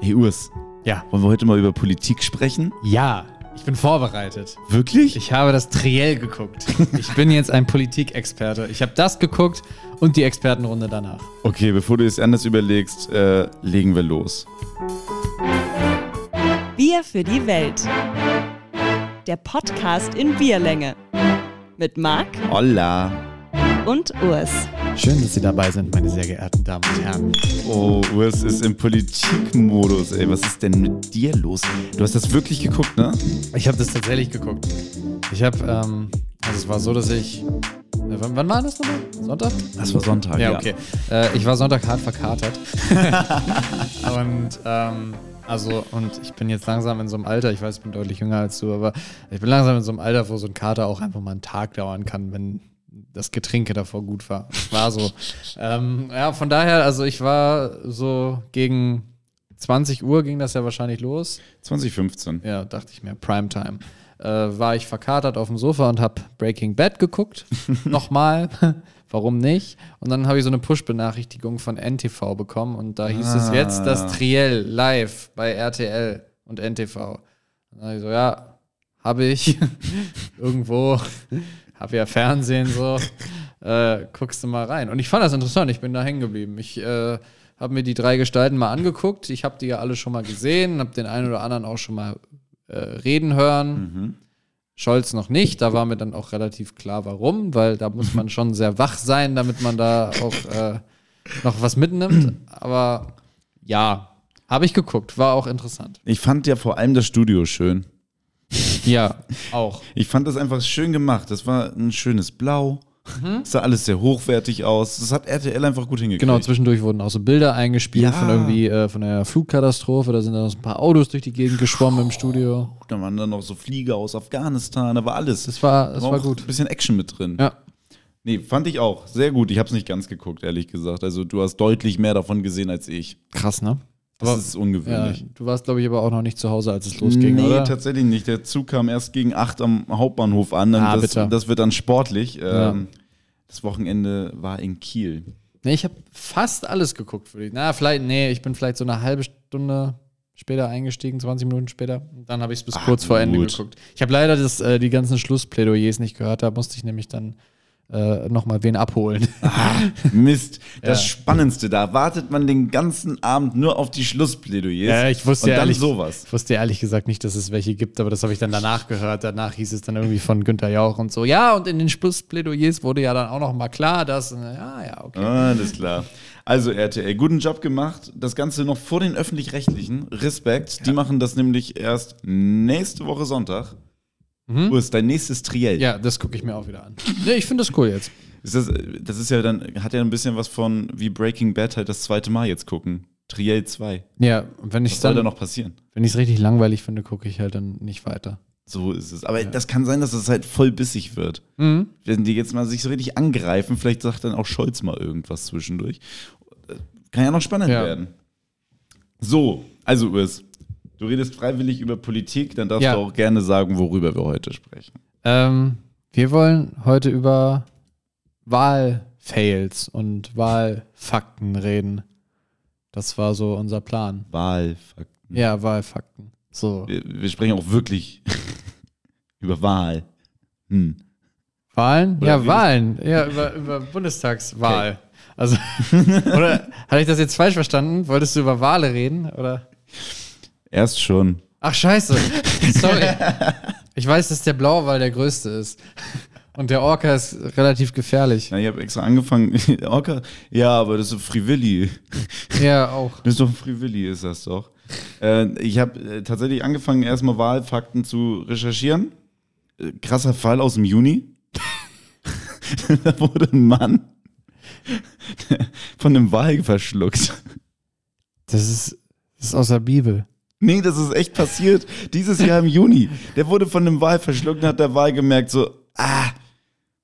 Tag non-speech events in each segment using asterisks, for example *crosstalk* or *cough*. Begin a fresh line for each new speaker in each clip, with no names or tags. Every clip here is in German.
Hey Urs,
Ja.
wollen wir heute mal über Politik sprechen?
Ja, ich bin vorbereitet.
Wirklich?
Ich habe das Triell geguckt. Ich bin jetzt ein Politikexperte. Ich habe das geguckt und die Expertenrunde danach.
Okay, bevor du es anders überlegst, äh, legen wir los.
Bier für die Welt. Der Podcast in Bierlänge. Mit Marc
Hola.
und Urs.
Schön, dass Sie dabei sind, meine sehr geehrten Damen und Herren.
Oh, Urs ist im Politikmodus, ey. Was ist denn mit dir los? Du hast das wirklich geguckt, ne?
Ich habe das tatsächlich geguckt. Ich habe, ähm, also es war so, dass ich. äh, Wann, wann war das nochmal? Sonntag?
Das war Sonntag,
Ja, okay. Äh, ich war Sonntag hart verkatert. *laughs* und ähm, also, und ich bin jetzt langsam in so einem Alter, ich weiß, ich bin deutlich jünger als du, aber ich bin langsam in so einem Alter, wo so ein Kater auch einfach mal einen Tag dauern kann, wenn das Getränke davor gut war. Es war *laughs* so. ähm, ja, von daher, also ich war so gegen 20 Uhr ging das ja wahrscheinlich los.
2015.
Ja, dachte ich mir, Primetime. Äh, war ich verkatert auf dem Sofa und habe Breaking Bad geguckt. Nochmal. *laughs* Warum nicht? Und dann habe ich so eine Push-Benachrichtigung von NTV bekommen und da hieß es
Ah.
jetzt das Triell live bei RTL und NTV. Und dann hab ich so, ja, habe ich *laughs* irgendwo, habe ja Fernsehen so, äh, guckst du mal rein. Und ich fand das interessant, ich bin da hängen geblieben. Ich äh, habe mir die drei Gestalten mal angeguckt, ich habe die ja alle schon mal gesehen, habe den einen oder anderen auch schon mal äh, reden hören. Scholz noch nicht, da war mir dann auch relativ klar, warum, weil da muss man schon sehr wach sein, damit man da auch äh, noch was *clears throat* mitnimmt. Aber ja, habe ich geguckt, war auch interessant.
Ich fand ja vor allem das Studio schön.
Ja, auch.
Ich fand das einfach schön gemacht. Das war ein schönes Blau. Es Sah alles sehr hochwertig aus. Das hat RTL einfach gut hingekriegt.
Mhm. Genau, zwischendurch wurden auch so Bilder eingespielt
Ja.
von irgendwie äh, von einer Flugkatastrophe. Da sind dann noch so ein paar Autos durch die Gegend geschwommen im Studio.
Da waren dann noch so Flieger aus Afghanistan, da war alles.
Das war,
Da
das war
auch Ein
gut.
bisschen Action mit drin.
Ja.
Nee, fand ich auch. Sehr gut. Ich habe es nicht ganz geguckt, ehrlich gesagt. Also du hast deutlich mehr davon gesehen als ich.
Krass, ne?
Das
Aber-
ist
Ja,
ungewöhnlich.
du warst, glaube ich, aber auch noch nicht zu Hause, als es losging,
nee,
oder?
tatsächlich nicht. Der Zug kam erst gegen 8 am Hauptbahnhof an. Dann
Ah,
das,
bitter.
das wird dann sportlich.
Ja.
Ähm, Das Wochenende war in Kiel. *laughs*
Nee, ich habe fast alles geguckt für dich. Na, vielleicht, nee, ich bin vielleicht so eine halbe Stunde später eingestiegen, 20 Minuten später. Und Dann habe ich es bis
Ah,
kurz vor Ende
gut.
geguckt. Ich habe leider das, äh, die ganzen Schlussplädoyers nicht gehört. Da musste ich nämlich dann äh, nochmal
*laughs*
wen abholen.
Mist, das
Ja.
Spannendste da. Wartet man den ganzen Abend nur auf die Schlussplädoyers.
Ja, ich wusste
Und
ja
dann
ehrlich,
sowas.
Ich wusste ja ehrlich gesagt nicht, dass es welche gibt, aber das habe ich dann danach gehört. Danach hieß es dann irgendwie von Günther Jauch und so. Ja, und in den Schlussplädoyers wurde ja dann auch noch mal klar, dass äh, ja, ja, okay.
Ah, Alles klar. Also RTL, guten Job gemacht. Das Ganze noch vor den öffentlich-rechtlichen. Respekt. Die machen das nämlich erst nächste Woche Sonntag.
Mhm.
Urs, dein nächstes Triell.
Ja, das gucke ich mir auch wieder an. Nee, ich finde das cool jetzt.
Ist das, das ist ja dann, hat ja ein bisschen was von wie Breaking Bad halt das zweite Mal jetzt gucken. Triell 2.
Ja, und wenn ich
Was soll da
dann
noch passieren?
wenn ich es richtig langweilig finde, gucke ich halt dann nicht weiter.
So ist es. Aber das kann sein, dass es halt voll bissig wird. Wenn die jetzt mal sich so richtig angreifen, vielleicht sagt dann auch Scholz mal irgendwas zwischendurch. Kann ja noch spannend
Ja.
werden. So, also Urs, du redest freiwillig über Politik, dann darfst
Ja.
du auch gerne sagen, worüber wir heute sprechen.
Ähm, wir wollen heute über Wahlfails und Wahlfakten reden. Das war so unser Plan.
Wahlfakten.
Ja, Wahlfakten. So.
Wir, wir sprechen auch wirklich *laughs* über Wahl. Hm.
Wahlen?
Oder
ja,
wie-
Wahlen. Ja, über, über Bundestagswahl. Also, *laughs* oder hatte ich das jetzt falsch verstanden? Wolltest du über Wale reden? Oder?
Erst schon.
Ach, scheiße.
*laughs*
Sorry. Ich weiß, dass der Blauwal der größte ist. Und der Orca ist relativ gefährlich.
Na, ich habe extra angefangen. *laughs* Orca. Ja, aber das ist Frivilli.
Ja, auch.
Das ist doch ein Frivilli, ist das doch. Äh, ich habe äh, tatsächlich angefangen, erstmal Wahlfakten zu recherchieren. Äh, krasser Fall aus dem Juni. *laughs* da wurde ein Mann von einem Wal verschluckt.
Das ist, das ist aus der Bibel.
Nee, das ist echt passiert. Dieses Jahr im Juni. Der wurde von einem Wal verschluckt und hat der Wal gemerkt, so, ah,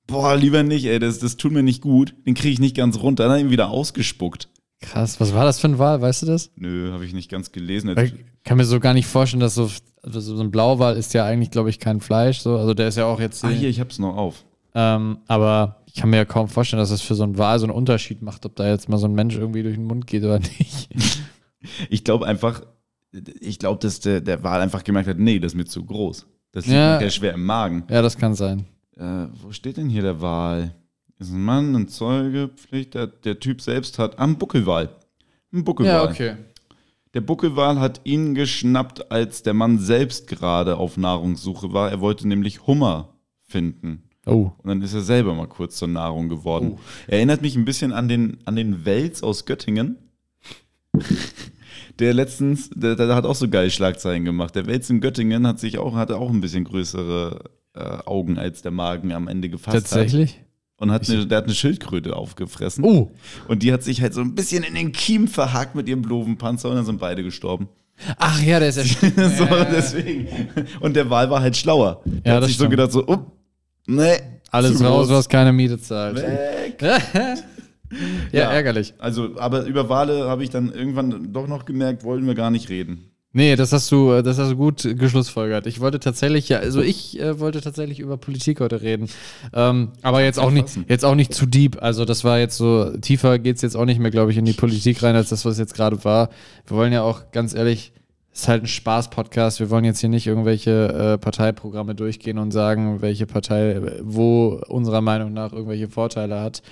boah, lieber nicht, ey, das, das tut mir nicht gut. Den kriege ich nicht ganz runter. Dann hat er ihn wieder ausgespuckt.
Krass. Was war das für ein Wal? Weißt du das?
Nö, habe ich nicht ganz gelesen.
Weil Ich kann mir so gar nicht vorstellen, dass so, also so ein Blauwal ist ja eigentlich, glaube ich, kein Fleisch. So. Also der ist ja auch jetzt.
Ah, hier, ich hab's noch auf.
Ähm, aber ich kann mir ja kaum vorstellen, dass das für so einen Wahl so einen *laughs* Unterschied macht, ob da jetzt mal so ein Mensch irgendwie durch den Mund geht oder nicht.
Ich glaube einfach, ich glaube, dass der, der Wal einfach gemerkt hat, nee, das ist mir zu groß. Das liegt
Ja.
mir sehr schwer im Magen.
Ja, das kann sein.
Äh, wo steht denn hier der Wal? Ist ein Mann, ein Zeuge, Pflicht, der, der Typ selbst hat am Buckelwal. Ein Buckelwal.
Ja, okay.
Der Buckelwal hat ihn geschnappt, als der Mann selbst gerade auf Nahrungssuche war. Er wollte nämlich Hummer finden.
Oh.
Und dann ist er selber mal kurz zur Nahrung geworden. Erinnert mich ein bisschen an den, an den Wels aus Göttingen. Der letztens, der, der hat auch so geile Schlagzeilen gemacht. Der Wels in Göttingen hat sich auch, hatte auch ein bisschen größere äh, Augen, als der Magen am Ende gefasst
halt
hat.
Tatsächlich?
Und hat eine, der hat eine Schildkröte aufgefressen.
Oh.
Und die hat sich halt so ein bisschen in den Kiem verhakt mit ihrem Blowenpanzer und dann sind beide gestorben. *laughs*
Ach ja, der ist *laughs* ja.
so, deswegen. Und der Wal war halt schlauer. Der
Ja,
hat
das
sich so
stimmt.
gedacht, so, oh, nee.
Alles
zu
raus,
groß.
was keine Miete zahlt.
Weg.
*laughs* ja,
Ja.
ärgerlich.
Also, aber über Wale habe ich dann irgendwann doch noch gemerkt, wollten wir gar nicht reden.
Nee, das hast du, äh, das hast du gut äh, geschlussfolgert. Ich wollte tatsächlich, ja, also ich äh, wollte tatsächlich über Politik heute reden. Ähm, aber jetzt auch nicht,
fassen.
jetzt auch nicht zu deep. Also das war jetzt so, tiefer geht's jetzt auch nicht mehr, glaube ich, in die Politik rein, als das, was jetzt gerade war. Wir wollen ja auch, ganz ehrlich, ist halt ein Spaß-Podcast. Wir wollen jetzt hier nicht irgendwelche äh, Parteiprogramme durchgehen und sagen, welche Partei äh, wo unserer Meinung nach irgendwelche Vorteile hat.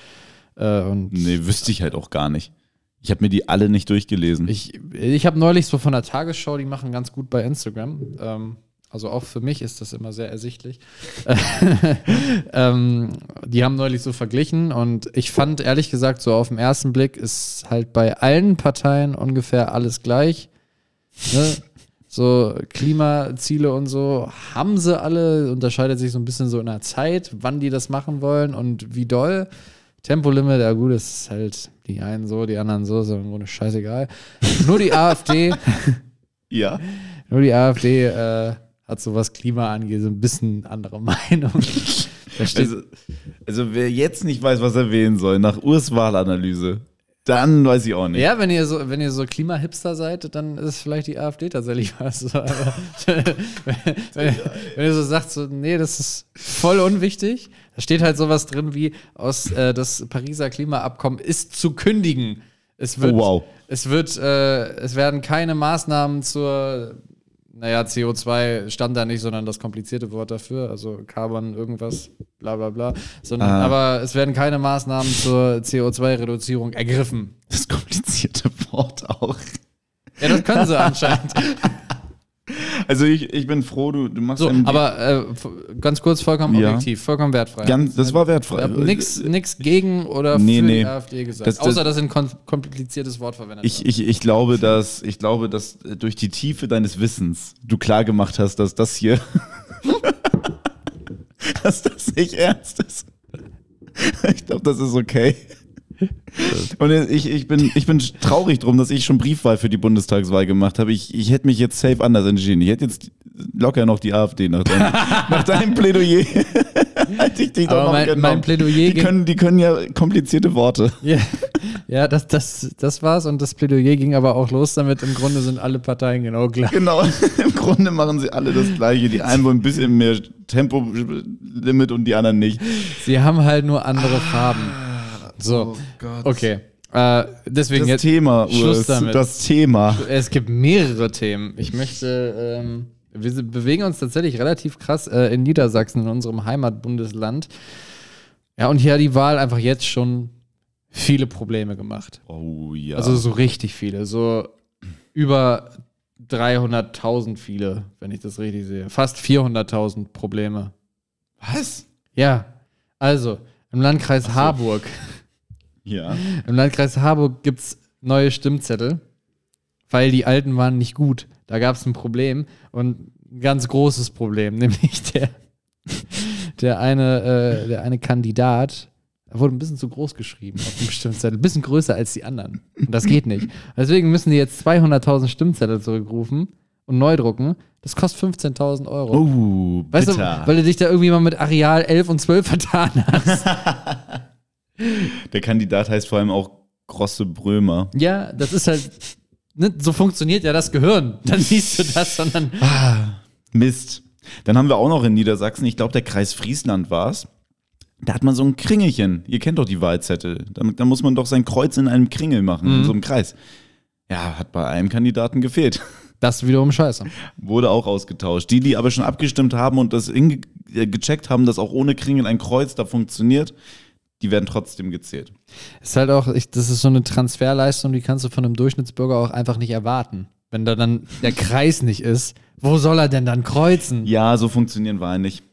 Äh, und
Nee, wüsste ich halt auch gar nicht. Ich habe mir die alle nicht durchgelesen.
Ich, ich habe neulich so von der Tagesschau, die machen ganz gut bei Instagram. Ähm, also auch für mich ist das immer sehr ersichtlich. *laughs* ähm, die haben neulich so verglichen und ich fand ehrlich gesagt, so auf den ersten Blick ist halt bei allen Parteien ungefähr alles gleich. Ne? So Klimaziele und so haben sie alle, unterscheidet sich so ein bisschen so in der Zeit, wann die das machen wollen und wie doll. Tempolimit, ja gut, das ist halt die einen so, die anderen so, ist im Grunde scheißegal. Nur die *laughs* AfD,
ja.
nur die AfD äh, hat so was Klima angeht, so ein bisschen andere *laughs* Meinung. Da steht,
Also, also, wer jetzt nicht weiß, was er wählen soll, nach Urs Wahlanalyse, dann weiß ich auch nicht.
ja, wenn ihr so, wenn ihr so Klima-Hipster seid, dann ist vielleicht die AfD tatsächlich was. *laughs* So, aber wenn, wenn ihr so sagt, so, nee, das ist voll unwichtig, da steht halt sowas drin wie aus äh, das Pariser Klimaabkommen ist zu kündigen. Es wird,
Oh, wow.
es wird, äh, es werden keine Maßnahmen zur, naja, CO2 stand da nicht, sondern das komplizierte Wort dafür, also Carbon irgendwas, bla bla bla, sondern,
Ah.
aber es werden keine Maßnahmen zur CO2-Reduzierung ergriffen.
Das komplizierte Wort auch.
Ja, das können sie anscheinend.
*laughs* Also, ich, ich bin froh, du, du machst
So,
einen-
aber äh, f- ganz kurz, vollkommen
Ja.
objektiv, vollkommen wertfrei.
ganz, das war wertfrei.
ich hab nix, nix gegen oder
Nee,
für
nee.
die AfD gesagt.
Das- das-
Außer, dass sie ein kon- kompliziertes Wort verwendet
Ich, ich, ich, glaube, dass, ich glaube, dass äh, durch die Tiefe deines Wissens du klar gemacht hast, dass das hier. *laughs* dass das nicht ernst ist. Ich glaube, das ist okay. Und äh, ich, ich, bin, ich bin traurig drum, dass ich schon Briefwahl für die Bundestagswahl gemacht habe. Ich, ich hätte mich jetzt safe anders entschieden. Ich hätte jetzt locker noch die AfD nach
*laughs*
deinem, nach deinem Plädoyer. *laughs* hätte ich die doch
Aber
noch
mein- mein
genommen.
Plädoyer
die
ging-
können, die können ja komplizierte Worte.
Ja, *laughs* ja das, das, das war's und das Plädoyer ging aber auch los damit, im Grunde sind alle Parteien genau gleich.
Genau, *laughs* im Grunde machen sie alle das Gleiche. Die einen wollen ein bisschen mehr Tempolimit und die anderen nicht.
Sie haben halt nur andere Farben. So, okay. Äh,
Ah,
deswegen
oh Das
jetzt,
Thema, Urs,
Schluss damit.
das Thema.
es gibt mehrere Themen. Ich möchte, ähm, wir se- bewegen uns tatsächlich relativ krass äh, in Niedersachsen, in unserem Heimatbundesland. Ja, und hier hat die Wahl einfach jetzt schon viele Probleme gemacht.
Oh ja.
Also so richtig viele, so über 300.000 viele, wenn ich das richtig sehe. Fast 400.000 Probleme.
was?
Ja, also im Landkreis Harburg.
Ja.
Im Landkreis Harburg gibt es neue Stimmzettel, weil die alten waren nicht gut. Da gab es ein Problem und ein ganz großes Problem, *laughs* nämlich der, der, eine, äh, der eine Kandidat er wurde ein bisschen zu groß geschrieben auf dem Stimmzettel, ein bisschen größer als die anderen. Und das geht nicht. Deswegen müssen die jetzt 200.000 Stimmzettel zurückrufen und neu drucken. Das kostet 15.000 Euro.
Oh, bitter.
Weißt du, weil du dich da irgendwie mal mit Areal 11 und 12 vertan hast.
Der Kandidat heißt vor allem auch Grosse Brömer.
ja, das ist halt. Ne, so funktioniert ja das Gehirn. *laughs* Dann siehst du das, sondern.
Mist. Dann haben wir auch noch in Niedersachsen, ich glaube, der Kreis Friesland war es. Da hat man so ein Kringelchen. Ihr kennt doch die Wahlzettel. Da, da muss
Mhm.
man doch sein Kreuz in einem Kringel machen, in so einem Kreis. Ja, hat bei einem Kandidaten gefehlt.
Das ist wiederum scheiße.
Wurde auch ausgetauscht. Die, die aber schon abgestimmt haben und das hinge- äh, gecheckt haben, dass auch ohne Kringeln ein Kreuz da funktioniert, die werden trotzdem gezählt.
Ist halt auch, ich, das ist so eine Transferleistung, die kannst du von einem Durchschnittsbürger auch einfach nicht erwarten. Wenn da dann der Kreis nicht ist, wo soll er denn dann kreuzen?
Ja, so funktionieren Wahlen nicht.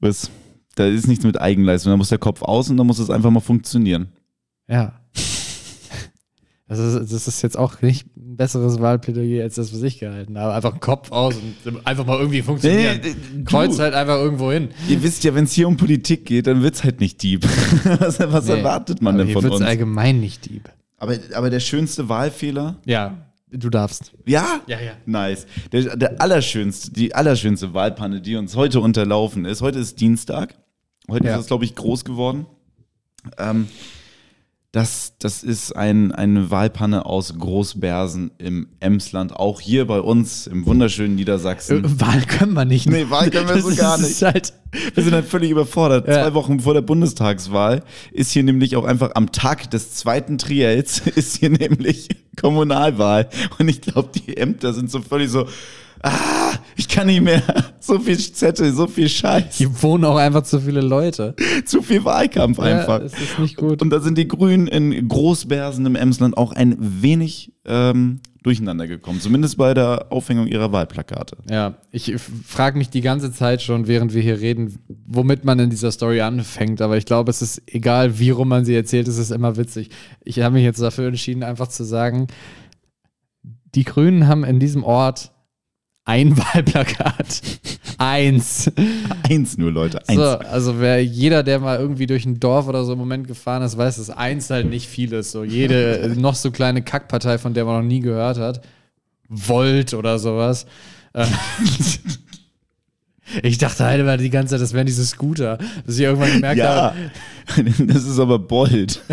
Das, da ist nichts mit Eigenleistung. Da muss der Kopf aus und dann muss es einfach mal funktionieren.
Ja. *laughs* Das ist, das ist jetzt auch nicht ein besseres Wahlplädoyer als das, was ich gehalten habe. Einfach Kopf aus und einfach mal irgendwie funktionieren.
Nee, nee, nee,
Kreuz
du.
halt einfach irgendwo hin.
Ihr wisst ja, wenn es hier um Politik geht, dann wird's halt nicht deep. *laughs* Was, was
Nee.
erwartet man
Aber
denn
hier
von
wird's
uns?
allgemein nicht Dieb.
Aber, aber der schönste Wahlfehler?
Ja, du darfst.
Ja?
Ja, ja.
Nice. Der, der allerschönste, die allerschönste Wahlpanne, die uns heute unterlaufen ist. Heute ist Dienstag. Heute
Ja.
ist das, glaube ich, groß geworden. Ähm, das, das ist ein, eine Wahlpanne aus Großbersen im Emsland. Auch hier bei uns im wunderschönen Niedersachsen.
Äh, Wahl können wir nicht.
Nee, Wahl können wir
Das
so gar
ist
nicht.
Halt,
Wir sind halt völlig überfordert.
Ja.
Zwei Wochen vor der Bundestagswahl ist hier nämlich auch einfach am Tag des zweiten Triels ist hier nämlich Kommunalwahl. Und ich glaube, die Ämter sind so völlig so, ah, ich kann nicht mehr. So viel Zettel, so viel Scheiß,
hier wohnen auch einfach zu viele Leute.
zu viel Wahlkampf einfach.
Ja, das ist nicht gut.
Und da sind die Grünen in Großbersen im Emsland auch ein wenig ähm, durcheinander gekommen. Zumindest bei der Aufhängung ihrer Wahlplakate.
Ja, ich frage mich die ganze Zeit schon, während wir hier reden, womit man in dieser Story anfängt. Aber ich glaube, es ist egal, wie rum man sie erzählt, es ist immer witzig. Ich habe mich jetzt dafür entschieden, einfach zu sagen, die Grünen haben in diesem Ort ein *laughs* Wahlplakat. Eins.
Eins nur, Leute, eins.
So, also wer jeder, der mal irgendwie durch ein Dorf oder so im Moment gefahren ist, weiß, dass eins halt nicht viel ist. So jede
*laughs*
äh, noch so kleine Kackpartei, von der man noch nie gehört hat, Volt
*laughs*
oder sowas. Äh, Ich dachte halt immer die ganze Zeit, das wären diese Scooter, bis ich irgendwann gemerkt
Ja, *laughs*
habe,
das ist aber Bold. *laughs*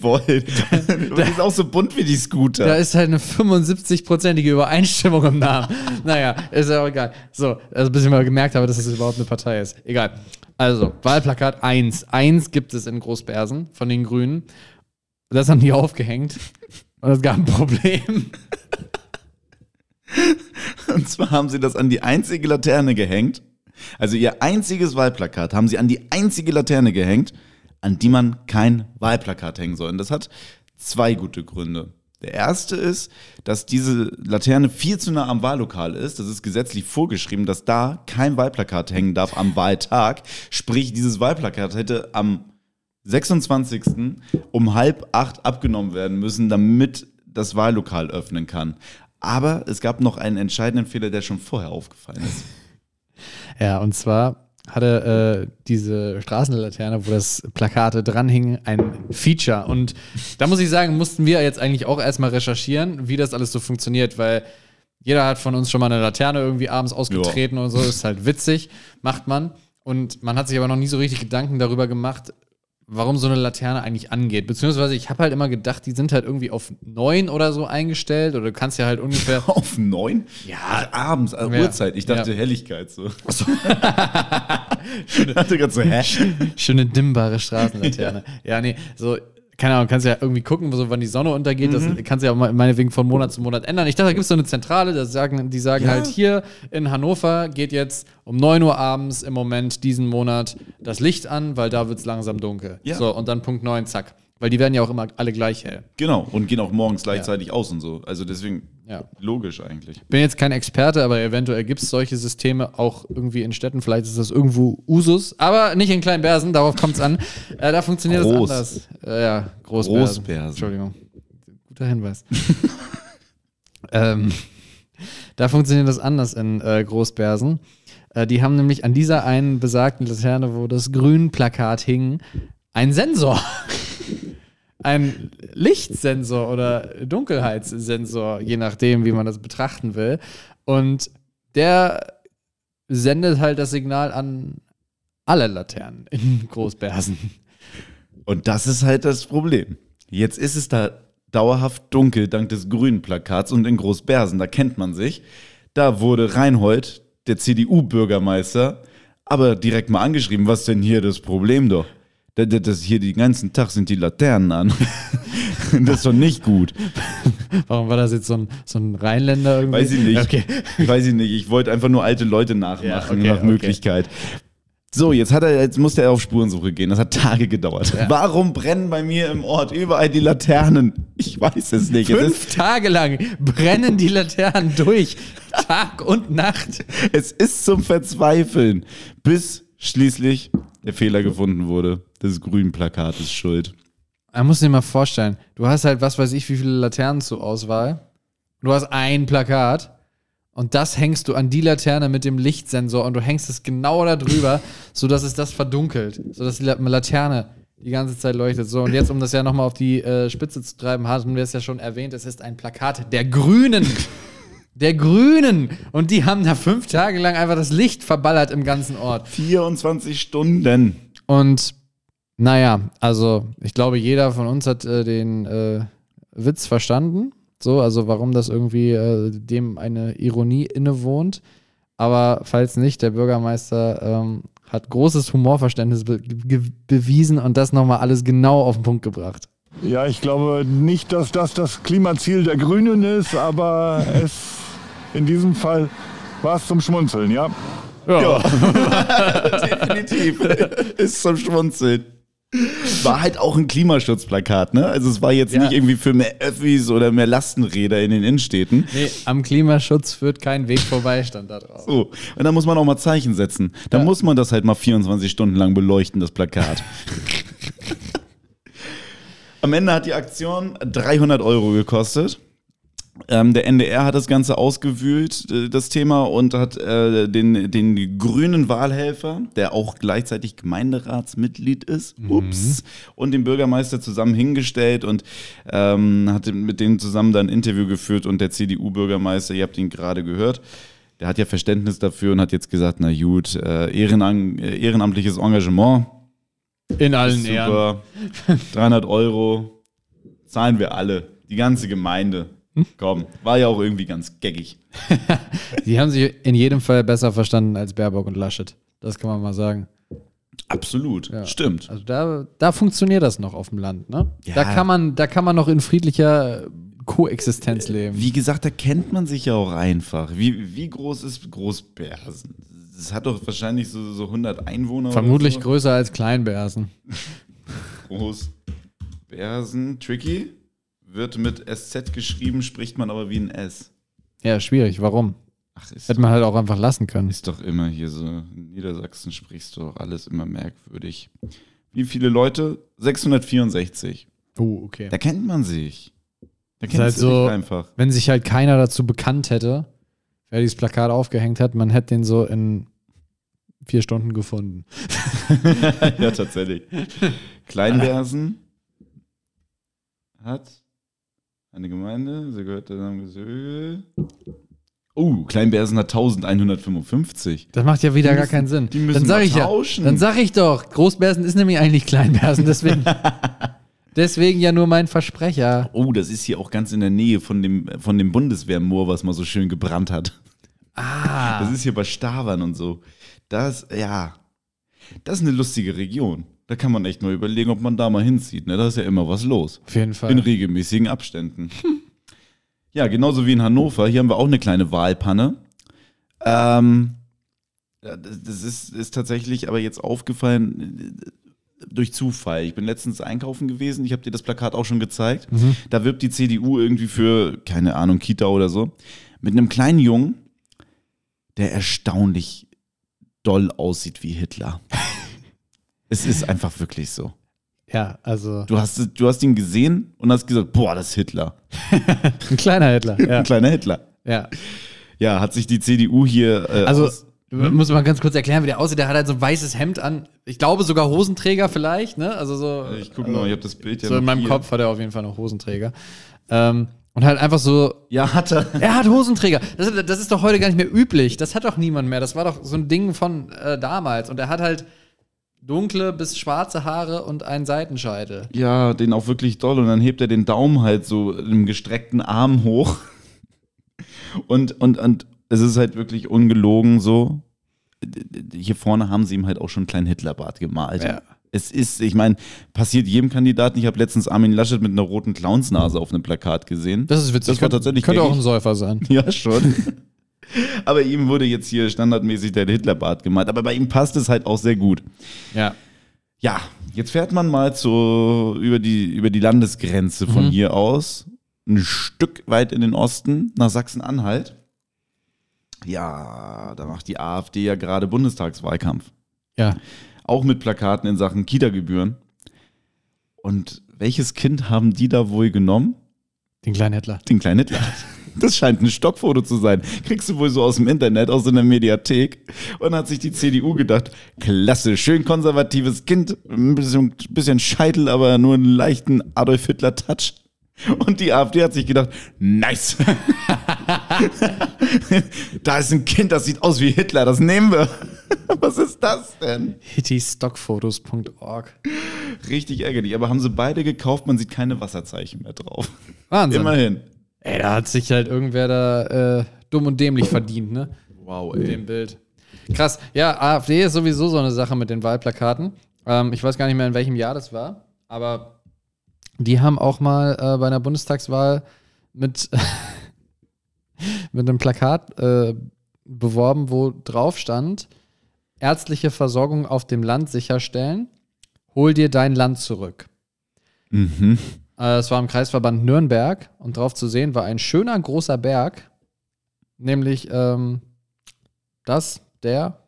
Bold. Und die ist auch so bunt wie die Scooter.
da ist halt eine 75-prozentige Übereinstimmung im Namen. *laughs* naja, ist ja auch egal. So, also bis ich mal gemerkt habe, dass es überhaupt eine Partei ist. Egal. Also, Wahlplakat 1. 1 gibt es in Großbersen von den Grünen. Das haben die aufgehängt. Und es gab ein Problem.
Und zwar haben sie das an die einzige Laterne gehängt. Also ihr einziges Wahlplakat haben sie an die einzige Laterne gehängt, an die man kein Wahlplakat hängen soll. Und das hat zwei gute Gründe. Der erste ist, dass diese Laterne viel zu nah am Wahllokal ist. Das ist gesetzlich vorgeschrieben, dass da kein Wahlplakat hängen darf am Wahltag. Sprich, dieses Wahlplakat hätte am 26. um halb acht abgenommen werden müssen, damit das Wahllokal öffnen kann. Aber es gab noch einen entscheidenden Fehler, der schon vorher aufgefallen ist. *laughs*
Ja, und zwar hatte äh, diese Straßenlaterne, wo das Plakate dranhing, ein Feature. Und da muss ich sagen, mussten wir jetzt eigentlich auch erstmal recherchieren, wie das alles so funktioniert, weil jeder hat von uns schon mal eine Laterne irgendwie abends ausgetreten und so. Ist halt witzig, macht man. Und man hat sich aber noch nie so richtig Gedanken darüber gemacht, warum so eine Laterne eigentlich angeht. Beziehungsweise ich habe halt immer gedacht, die sind halt irgendwie auf neun oder so eingestellt oder du kannst ja halt ungefähr
Auf neun?
Ja.
Ach, abends, also
Ja.
Uhrzeit. Ich dachte
Ja.
Helligkeit so. *laughs* ich dachte gerade so,
*laughs*
hä?
Schöne
*laughs*
dimmbare Straßenlaterne. ja. nee, so, keine Ahnung, kannst ja irgendwie gucken, so, wann die Sonne untergeht.
Mhm.
Das kannst du ja me- meinetwegen von Monat zu Monat ändern. Ich dachte, da gibt es so eine Zentrale, da sagen, die sagen
Ja.
halt, hier in Hannover geht jetzt um 9 Uhr abends im Moment diesen Monat das Licht an, weil da wird es langsam dunkel.
Ja.
So, und dann Punkt 9, zack. Weil die werden ja auch immer alle gleich hell.
Genau, und gehen auch morgens gleichzeitig aus und so. Also deswegen
Ja.
logisch eigentlich.
bin jetzt kein Experte, aber eventuell gibt es solche Systeme auch irgendwie in Städten. Vielleicht ist das irgendwo Usus, aber nicht in Kleinbersen, darauf kommt es an. Äh, da funktioniert
Groß.
es anders. Äh, ja, Großbersen.
Großbersen.
Entschuldigung. Guter Hinweis. *laughs* ähm, da funktioniert das anders in äh, Großbersen. Äh, die haben nämlich an dieser einen besagten Laterne, wo das Grün-Plakat hing, einen Sensor. *laughs* Ein Lichtsensor oder Dunkelheitssensor, je nachdem, wie man das betrachten will. Und der sendet halt das Signal an alle Laternen in Großbersen.
Und das ist halt das Problem. Jetzt ist es da dauerhaft dunkel dank des grünen Plakats und in Großbersen, da kennt man sich. Da wurde Reinhold, der CDU-Bürgermeister, aber direkt mal angeschrieben, was denn hier das Problem doch? Das, das- das hier den ganzen Tag sind die Laternen an. *laughs* das ist doch nicht gut.
Warum war das jetzt so ein, so ein Rheinländer irgendwie?
Weiß ich nicht.
Okay.
Weiß ich nicht. Ich wollte einfach nur alte Leute nachmachen,
Ja, okay,
nach
okay.
Möglichkeit. So, jetzt, hat er, jetzt musste er auf Spurensuche gehen. Das hat Tage gedauert. Warum brennen bei mir im Ort überall die Laternen? Ich weiß es nicht. Es ist,
Fünf Tage lang brennen die Laternen durch. Tag und Nacht.
es ist zum Verzweifeln, bis schließlich der Fehler gefunden wurde. Das Grünplakat ist schuld.
Man muss dir mal vorstellen, du hast halt, was weiß ich, wie viele Laternen zur Auswahl. Du hast ein Plakat und das hängst du an die Laterne mit dem Lichtsensor und du hängst es genau da drüber, sodass es das verdunkelt, sodass die La- Laterne die ganze Zeit leuchtet. So, und jetzt, um das ja nochmal auf die äh, Spitze zu treiben, hatten wir es ja schon erwähnt, es ist ein Plakat der Grünen. Der Grünen. Und die haben da fünf Tage lang einfach das Licht verballert im ganzen Ort.
24 Stunden.
Und naja, also ich glaube, jeder von uns hat äh, den äh, Witz verstanden. So, also warum das irgendwie äh, dem eine Ironie innewohnt. Aber falls nicht, der Bürgermeister ähm, hat großes Humorverständnis be ge- bewiesen und das nochmal alles genau auf den Punkt gebracht.
Ja, ich glaube nicht, dass das das Klimaziel der Grünen ist, aber es in diesem Fall war es zum Schmunzeln, ja.
Definitiv. *laughs* Ist zum Schmunzeln. War halt auch ein Klimaschutzplakat, ne? Also es war jetzt
Ja.
nicht irgendwie für mehr Öffis oder mehr Lastenräder in den Innenstädten.
Nee, am Klimaschutz führt kein Weg vorbei, stand da drauf.
So, und da muss man auch mal Zeichen setzen. Da muss man das halt mal 24 Stunden lang beleuchten, das Plakat. Am Ende hat die Aktion 300 Euro gekostet. Ähm, der NDR hat das Ganze ausgewühlt, äh, das Thema, und hat äh, den, den grünen Wahlhelfer, der auch gleichzeitig Gemeinderatsmitglied ist, ups, und den Bürgermeister zusammen hingestellt und ähm, hat mit denen zusammen dann ein Interview geführt und der CDU-Bürgermeister, ihr habt ihn gerade gehört, der hat ja Verständnis dafür und hat jetzt gesagt, na gut, äh, Ehrenan äh, ehrenamtliches Engagement,
In allen Ehren.
super, 300 Euro, zahlen wir alle, die ganze Gemeinde. Komm, war ja auch irgendwie ganz geckig.
Die haben sich in jedem Fall besser verstanden als Baerbock und Laschet. Das kann man mal sagen.
Absolut, stimmt.
Also da, da funktioniert das noch auf dem Land, ne?
Ja.
Da kann man, da kann man noch in friedlicher Koexistenz leben.
Äh, Wie genau gesagt, da kennt man sich ja auch einfach. Wie, wie groß ist Großbersen? Das hat doch wahrscheinlich so, so 100 Einwohner.
Vermutlich
oder
größer als Kleinbersen.
so. Großbersen. Tricky wird mit SZ geschrieben, spricht man aber wie ein S.
Ja, schwierig. Warum?
Ach, ist,
Hätte man halt auch einfach lassen können.
ist doch immer hier so. In Niedersachsen sprichst du doch alles immer merkwürdig. Wie viele Leute? 664.
Oh, okay.
Da kennt man sich. Da kennt
halt
man
so-
sich einfach. *laughs*
Wenn sich halt keiner dazu bekannt hätte, wer dieses Plakat aufgehängt hat, man hätte den so in vier Stunden gefunden.
ja, tatsächlich. Kleinversen hat eine Gemeinde, sie gehört der Name Gesöge. Oh, Kleinbersen hat 1155.
Das macht ja wieder
Die
gar
müssen-
keinen Sinn.
die müssen
dann sag
mal
ich
tauschen.
ja. Dann sag ich doch, Großbersen ist nämlich eigentlich Kleinbersen,
*laughs*
deswegen. deswegen ja nur mein Versprecher.
Oh, das ist hier auch ganz in der Nähe von dem, von dem Bundeswehrmoor, was mal so schön gebrannt hat.
Ah.
Das ist hier bei Stavern und so. Das, ja, das ist eine lustige Region. Da kann man echt mal überlegen, ob man da mal hinzieht. Ne? Da ist ja immer was los.
Auf jeden Fall.
In regelmäßigen Abständen. *laughs* Ja, genauso wie in Hannover. Hier haben wir auch eine kleine Wahlpanne. Ähm, ja, das das ist, ist tatsächlich aber jetzt aufgefallen äh, durch Zufall. Ich bin letztens einkaufen gewesen. Ich habe dir das Plakat auch schon gezeigt. Da wirbt die CDU irgendwie für, keine Ahnung, Kita oder so. Mit einem kleinen Jungen, der erstaunlich doll aussieht wie Hitler. es ist einfach wirklich so.
Ja, also
Du hast, du hast ihn gesehen und hast gesagt, boah, das ist Hitler.
ein kleiner Hitler.
*laughs*
Ja.
Ein kleiner Hitler.
ja.
Ja, hat sich die CDU hier. Äh,
Also
aus-
muss man ganz kurz erklären, wie der aussieht. Der hat halt so ein weißes Hemd an. Ich glaube sogar Hosenträger vielleicht, ne? Also so.
Äh, ich gucke mal, ich habe das Bild ja
so in
noch
meinem
hier.
Kopf hat er auf jeden Fall noch Hosenträger. Ähm, und halt einfach so.
Ja, hat er.
Er hat Hosenträger. Das, ist- das ist doch heute gar nicht mehr üblich. Das hat doch niemand mehr. Das war doch so ein Ding von äh, damals. Und er hat halt dunkle bis schwarze Haare und einen Seitenscheitel.
Ja, den auch wirklich doll. Und dann hebt er den Daumen halt so im gestreckten Arm hoch. Und, und, und es ist halt wirklich ungelogen so. Hier vorne haben sie ihm halt auch schon einen kleinen Hitlerbart gemalt. Es ist, ich meine, passiert jedem Kandidaten. Ich habe letztens Armin Laschet mit einer roten Clownsnase auf einem Plakat gesehen.
Das ist witzig.
Das war tatsächlich
Könnte auch
gängig.
ein Säufer sein.
*laughs* Ja, schon. Aber ihm wurde jetzt hier standardmäßig der Hitlerbart gemalt. Aber bei ihm passt es halt auch sehr gut.
Ja.
Ja, jetzt fährt man mal zu, über, die, über die Landesgrenze von hier aus, ein Stück weit in den Osten, nach Sachsen-Anhalt. Ja, da macht die AfD ja gerade Bundestagswahlkampf.
Ja.
Auch mit Plakaten in Sachen Kita-Gebühren. Und welches Kind haben die da wohl genommen?
Den kleinen Hitler.
Den kleinen Hitler. Das scheint ein Stockfoto zu sein. Kriegst du wohl so aus dem Internet, aus so einer Mediathek. Und hat sich die CDU gedacht, klasse, schön konservatives Kind, ein bisschen, bisschen Scheitel, aber nur einen leichten Adolf Hitler-Touch. Und die AfD hat sich gedacht, nice. da ist ein Kind, das sieht aus wie Hitler, das nehmen wir. Was ist das denn?
hittystockfotos.org.
Richtig ärgerlich. Aber haben sie beide gekauft, man sieht keine Wasserzeichen mehr drauf.
Wahnsinn.
Immerhin.
Ey, da hat sich halt irgendwer da äh, dumm und dämlich verdient, ne?
Wow,
Mit dem Bild. Krass. Ja, AfD ist sowieso so eine Sache mit den Wahlplakaten. Ähm, ich weiß gar nicht mehr, in welchem Jahr das war, aber die haben auch mal äh, bei einer Bundestagswahl mit, *laughs* mit einem Plakat äh, beworben, wo drauf stand: ärztliche Versorgung auf dem Land sicherstellen, hol dir dein Land zurück.
Mhm.
Äh, Es war im Kreisverband Nürnberg und drauf zu sehen war ein schöner großer Berg, nämlich ähm, das der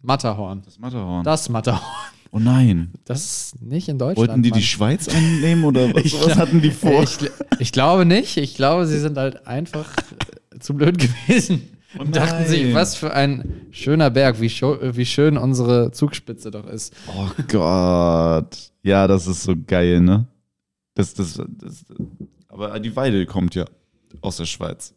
Matterhorn.
Das Matterhorn.
Das Matterhorn.
Oh nein.
Das ist nicht in Deutschland.
Wollten die
Mann.
die Schweiz einnehmen
*laughs*
oder was,
Ich
was hatten die vor?
Ich, gl- ich glaube nicht. Ich glaube, sie sind halt einfach äh, zu blöd gewesen.
Oh
Und dachten sich,
nein.
was für ein schöner Berg, wie, scho- äh, wie schön unsere Zugspitze doch ist.
Oh Gott. Ja, das ist so geil, ne? Das, das, das, aber die Weidel kommt ja aus der Schweiz.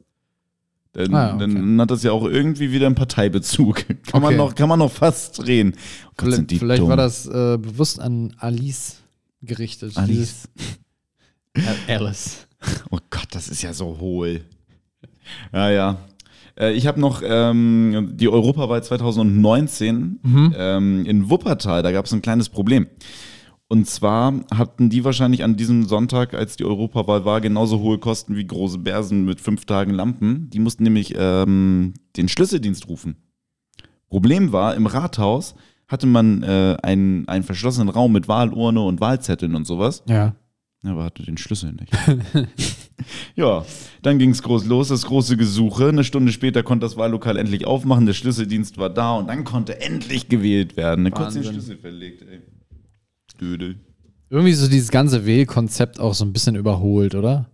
Dann,
Ah, okay.
dann hat das ja auch irgendwie wieder einen Parteibezug. *laughs* Kann, man,
Okay.
noch, kann man noch fast drehen. Oh Gott, sind
Vielleicht,
die
vielleicht
dumm.
war das äh, bewusst an Alice gerichtet.
Alice.
Dieses- Äh, Alice.
Oh Gott, das ist ja so hohl. Ja, ja. Äh, Ich habe noch ähm, die Europawahl 2019
Mhm.
ähm, in Wuppertal, da gab es ein kleines Problem. Und zwar hatten die wahrscheinlich an diesem Sonntag, als die Europawahl war, genauso hohe Kosten wie große Bärsen mit fünf Tagen Lampen. Die mussten nämlich ähm, den Schlüsseldienst rufen. Problem war, im Rathaus hatte man äh, einen, einen verschlossenen Raum mit Wahlurne und Wahlzetteln und sowas.
Ja.
Ja, Aber hatte den Schlüssel nicht. *laughs* ja, dann ging es groß los, das große Gesuche. Eine Stunde später konnte das Wahllokal endlich aufmachen, der Schlüsseldienst war da und dann konnte endlich gewählt werden. Kurz den
Wahnsinn.
Schlüssel verlegt, ey. Dödel.
Irgendwie so dieses ganze Wählkonzept auch so ein bisschen überholt, oder?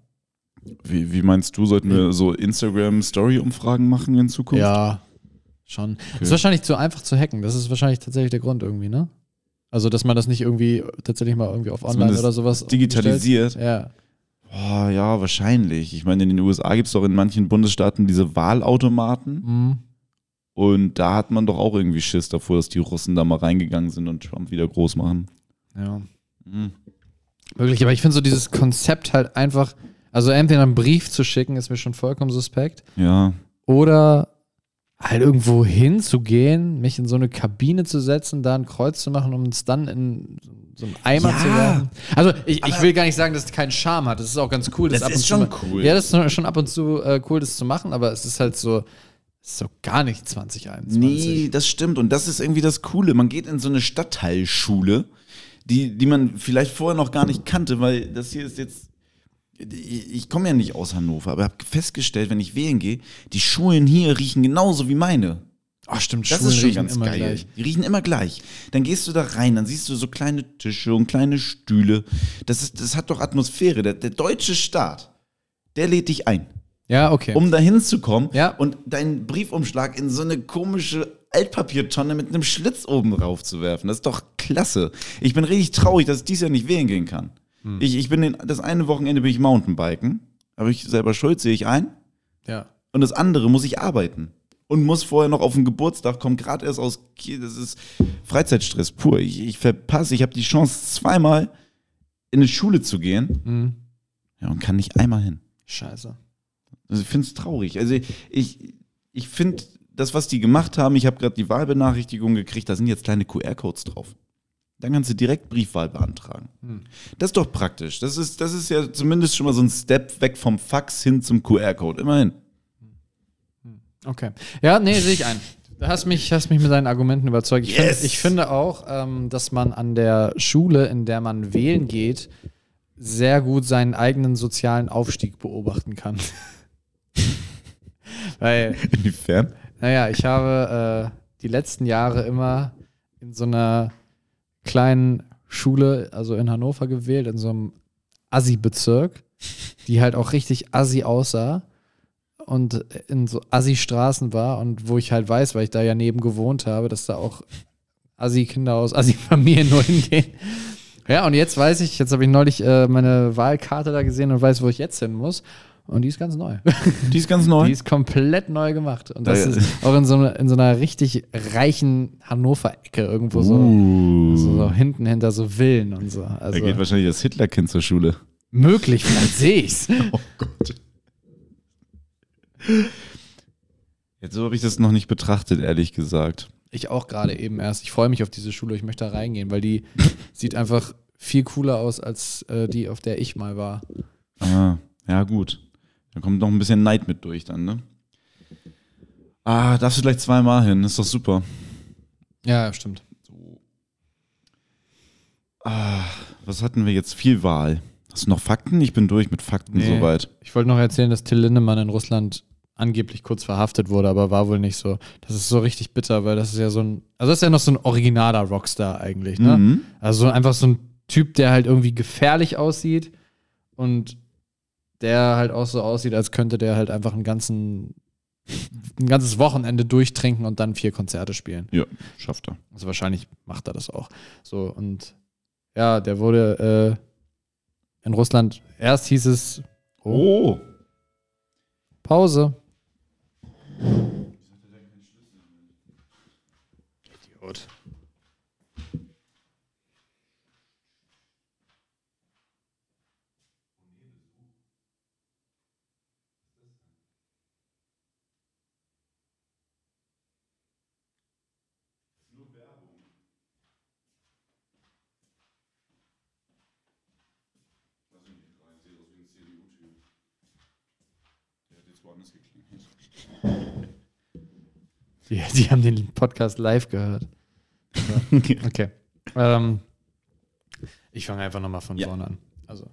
Wie, wie meinst du, sollten wir so Instagram-Story-Umfragen machen in Zukunft?
Hm. Ja, schon. Ist wahrscheinlich zu einfach zu hacken. Das ist wahrscheinlich tatsächlich der Grund irgendwie, ne? Also, dass man das nicht irgendwie tatsächlich mal irgendwie auf online
man das
oder sowas.
digitalisiert.
umstellt. Ja.
Boah, Oh, ja, wahrscheinlich. Ich meine, in den USA gibt es doch in manchen Bundesstaaten diese Wahlautomaten.
Mhm.
Und da hat man doch auch irgendwie Schiss davor, dass die Russen da mal reingegangen sind und Trump wieder groß machen.
Ja. Hm.
Mhm.
Wirklich, aber ich finde so dieses Konzept halt einfach. Also, entweder einen Brief zu schicken, ist mir schon vollkommen suspekt.
Ja.
Oder halt irgendwo hinzugehen, mich in so eine Kabine zu setzen, da ein Kreuz zu machen, um es dann in so einen Eimer
Ja.
zu werfen. Also ich, ich will gar nicht sagen, dass es keinen Charme hat. Das ist auch ganz cool.
Das ist schon
zu,
cool.
Ja, das ist schon ab und zu äh, cool, das zu machen, aber es ist halt so, es ist so gar nicht 2021.
Nee, das stimmt. Und das ist irgendwie das Coole. Man geht in so eine Stadtteilschule, die, die man vielleicht vorher noch gar nicht kannte, weil das hier ist jetzt. Ich komme ja nicht aus Hannover, aber habe festgestellt, wenn ich wählen gehe, die Schulen hier riechen genauso wie meine.
Ach Oh, stimmt,
Das
Schulen
ist schon
riechen
ganz
immer
geil.
gleich.
Die riechen immer gleich. Dann gehst du da rein, dann siehst du so kleine Tische und kleine Stühle. Das, ist, das hat doch Atmosphäre. Der, der deutsche Staat, der lädt dich ein
Ja, okay.
um dahin zu kommen
Ja.
und deinen Briefumschlag in so eine komische Altpapiertonne mit einem Schlitz oben drauf zu werfen. Das ist doch klasse. Ich bin richtig traurig, dass ich dieses Jahr nicht wählen gehen kann. Ich, ich bin den, das eine Wochenende bin ich Mountainbiken, aber ich selber schuld, sehe ich ein.
ja.
Und das andere muss ich arbeiten. Und muss vorher noch auf den Geburtstag kommen, gerade erst aus Kiel. Das ist Freizeitstress pur. Ich, ich verpasse, ich habe die Chance, zweimal in eine Schule zu gehen
Hm.
ja, und kann nicht einmal hin.
Scheiße.
Also ich finde es traurig. Also ich, ich finde das, was die gemacht haben, ich habe gerade die Wahlbenachrichtigung gekriegt, da sind jetzt kleine QR-Codes drauf. Dann kannst du direkt Briefwahl beantragen. Das ist doch praktisch. Das ist, das ist ja zumindest schon mal so ein Step weg vom Fax hin zum QR-Code. Immerhin. *laughs*
Okay. Ja, nee, sehe ich ein. Du hast mich, hast mich mit deinen Argumenten überzeugt. Ich,
Yes!
find, ich finde auch, ähm, dass man an der Schule, in der man wählen geht, sehr gut seinen eigenen sozialen Aufstieg beobachten kann. *laughs* Weil
Inwiefern?
Naja, ich habe äh, die letzten Jahre immer in so einer kleinen Schule, also in Hannover gewählt, in so einem Assi-Bezirk, die halt auch richtig Assi aussah und in so Assi-Straßen war und wo ich halt weiß, weil ich da ja neben gewohnt habe, dass da auch Assi-Kinder aus Assi-Familien *laughs* nur hingehen. Ja, und jetzt weiß ich, jetzt habe ich neulich äh, meine Wahlkarte da gesehen und weiß, wo ich jetzt hin muss. Und die ist ganz neu.
Die ist ganz neu.
Die ist komplett neu gemacht. Und das
Da-
ist auch in so, einer- in so einer richtig reichen Hannover-Ecke irgendwo so,
Uh.
so, so hinten hinter so Villen und so.
Da
Also
geht wahrscheinlich das Hitlerkind zur Schule.
möglich, vielleicht sehe ich's.
Oh Gott. Jetzt so habe ich das noch nicht betrachtet, ehrlich gesagt.
Ich auch gerade eben erst. Ich freue mich auf diese Schule. Ich möchte da reingehen, weil die sieht einfach viel cooler aus als äh, die, auf der ich mal war.
Ah, ja, gut. Da kommt noch ein bisschen Neid mit durch dann, ne? Ah, darfst du gleich zweimal hin, ist doch super.
Ja, stimmt.
Was hatten wir jetzt? Viel Wahl. Hast du noch Fakten? Ich bin durch mit Fakten
Nee.
soweit.
Ich wollte noch erzählen, dass Till Lindemann in Russland angeblich kurz verhaftet wurde, aber war wohl nicht so. Das ist so richtig bitter, weil das ist ja so ein, also das ist ja noch so ein originaler Rockstar eigentlich, ne?
Mhm.
Also einfach so ein Typ, der halt irgendwie gefährlich aussieht und der halt auch so aussieht, als könnte der halt einfach einen ganzen, ein ganzes Wochenende durchtrinken und dann vier Konzerte spielen.
Ja, schafft er.
Also wahrscheinlich macht er das auch. So und ja, der wurde äh, in Russland, erst hieß es
Oh.
Pause. Idiot. Die, die haben den Podcast
*laughs*
live gehört. Okay. Ähm, ich fange einfach nochmal von
Ja.
vorne an. Also.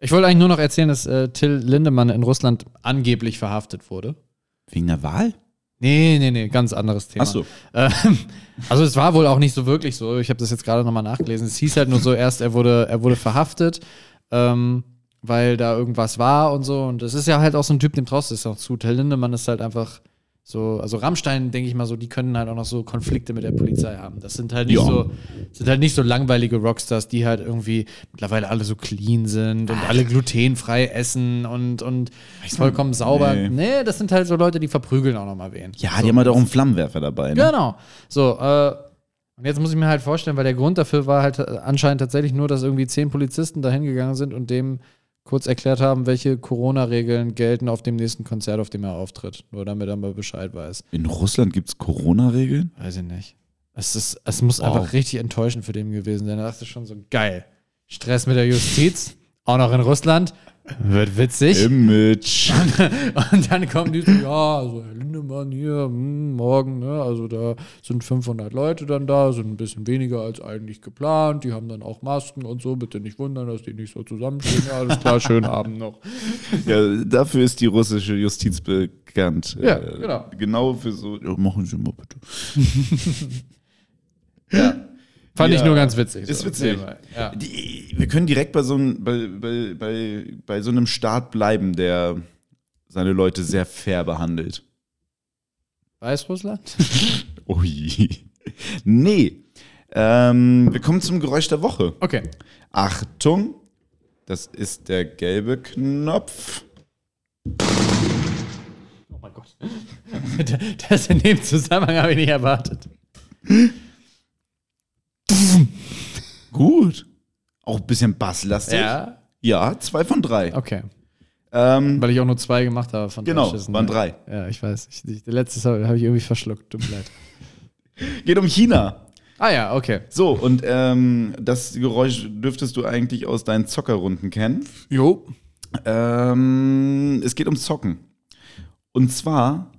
Ich wollte eigentlich nur noch erzählen, dass äh, Till Lindemann in Russland angeblich verhaftet wurde.
Wegen der Wahl?
Nee, nee, nee, ganz anderes Thema.
Ach so.
Ähm, also es war wohl auch nicht so wirklich so. Ich habe das jetzt gerade nochmal nachgelesen. Es hieß halt nur so, erst er wurde, er wurde verhaftet, ähm, weil da irgendwas war und so. Und es ist ja halt auch so ein Typ, dem traust du es auch zu. Till Lindemann ist halt einfach so, also Rammstein, denke ich mal so, die können halt auch noch so Konflikte mit der Polizei haben. Das sind halt nicht
Ja.
so, sind halt nicht so langweilige Rockstars, die halt irgendwie mittlerweile alle so clean sind und alle glutenfrei essen und, und vollkommen sauber.
Nee.
Nee. das sind halt so Leute, die verprügeln auch nochmal wen.
Ja,
so.
die haben halt auch einen Flammenwerfer dabei. Ne?
Genau. So, äh, und jetzt muss ich mir halt vorstellen, weil der Grund dafür war halt äh, anscheinend tatsächlich nur, dass irgendwie zehn Polizisten dahin gegangen sind und dem kurz erklärt haben, welche Corona-Regeln gelten auf dem nächsten Konzert, auf dem er auftritt. Nur damit er mal Bescheid weiß.
In Russland gibt es Corona-Regeln?
Weiß ich nicht. Es, ist, es muss einfach richtig enttäuschend für den gewesen sein. Er dachte schon so, geil. Stress mit der Justiz, auch noch in Russland. Wird witzig.
Image.
Und dann kommen die so, ja, also Herr Lindemann hier, hm, morgen, ne, also da sind 500 Leute dann da, sind ein bisschen weniger als eigentlich geplant, die haben dann auch Masken und so, bitte nicht wundern, dass die nicht so *laughs* zusammenstehen, ja, alles klar, schönen Abend noch.
Ja, dafür ist die russische Justiz bekannt.
Ja,
Äh,
genau.
Genau für so. Ja, machen Sie mal bitte.
Fand
Ja,
ich nur ganz witzig.
ist witzig.
erzähl mal. Ja.
Die, wir können direkt bei so, einem, bei, bei, bei, bei so einem Staat bleiben, der seine Leute sehr fair behandelt.
Weißrussland?
Ui. *laughs* Nee. Ähm, wir kommen zum Geräusch der Woche.
Okay.
Achtung, das ist der gelbe Knopf.
Oh mein Gott. *laughs* Das in dem Zusammenhang habe ich nicht erwartet.
Gut. Auch ein bisschen basslastig.
Ja.
Ja, zwei von drei.
Okay.
Ähm,
Weil ich auch nur zwei gemacht habe von ne?
Genau,
drei Schüssen.
waren drei.
Ja, ich weiß. Ich, ich, letztes habe hab ich irgendwie verschluckt, tut mir leid.
geht um China.
Ah ja, okay.
So, und ähm, das Geräusch dürftest du eigentlich aus deinen Zockerrunden kennen.
Jo.
Ähm, es geht um Zocken. Und zwar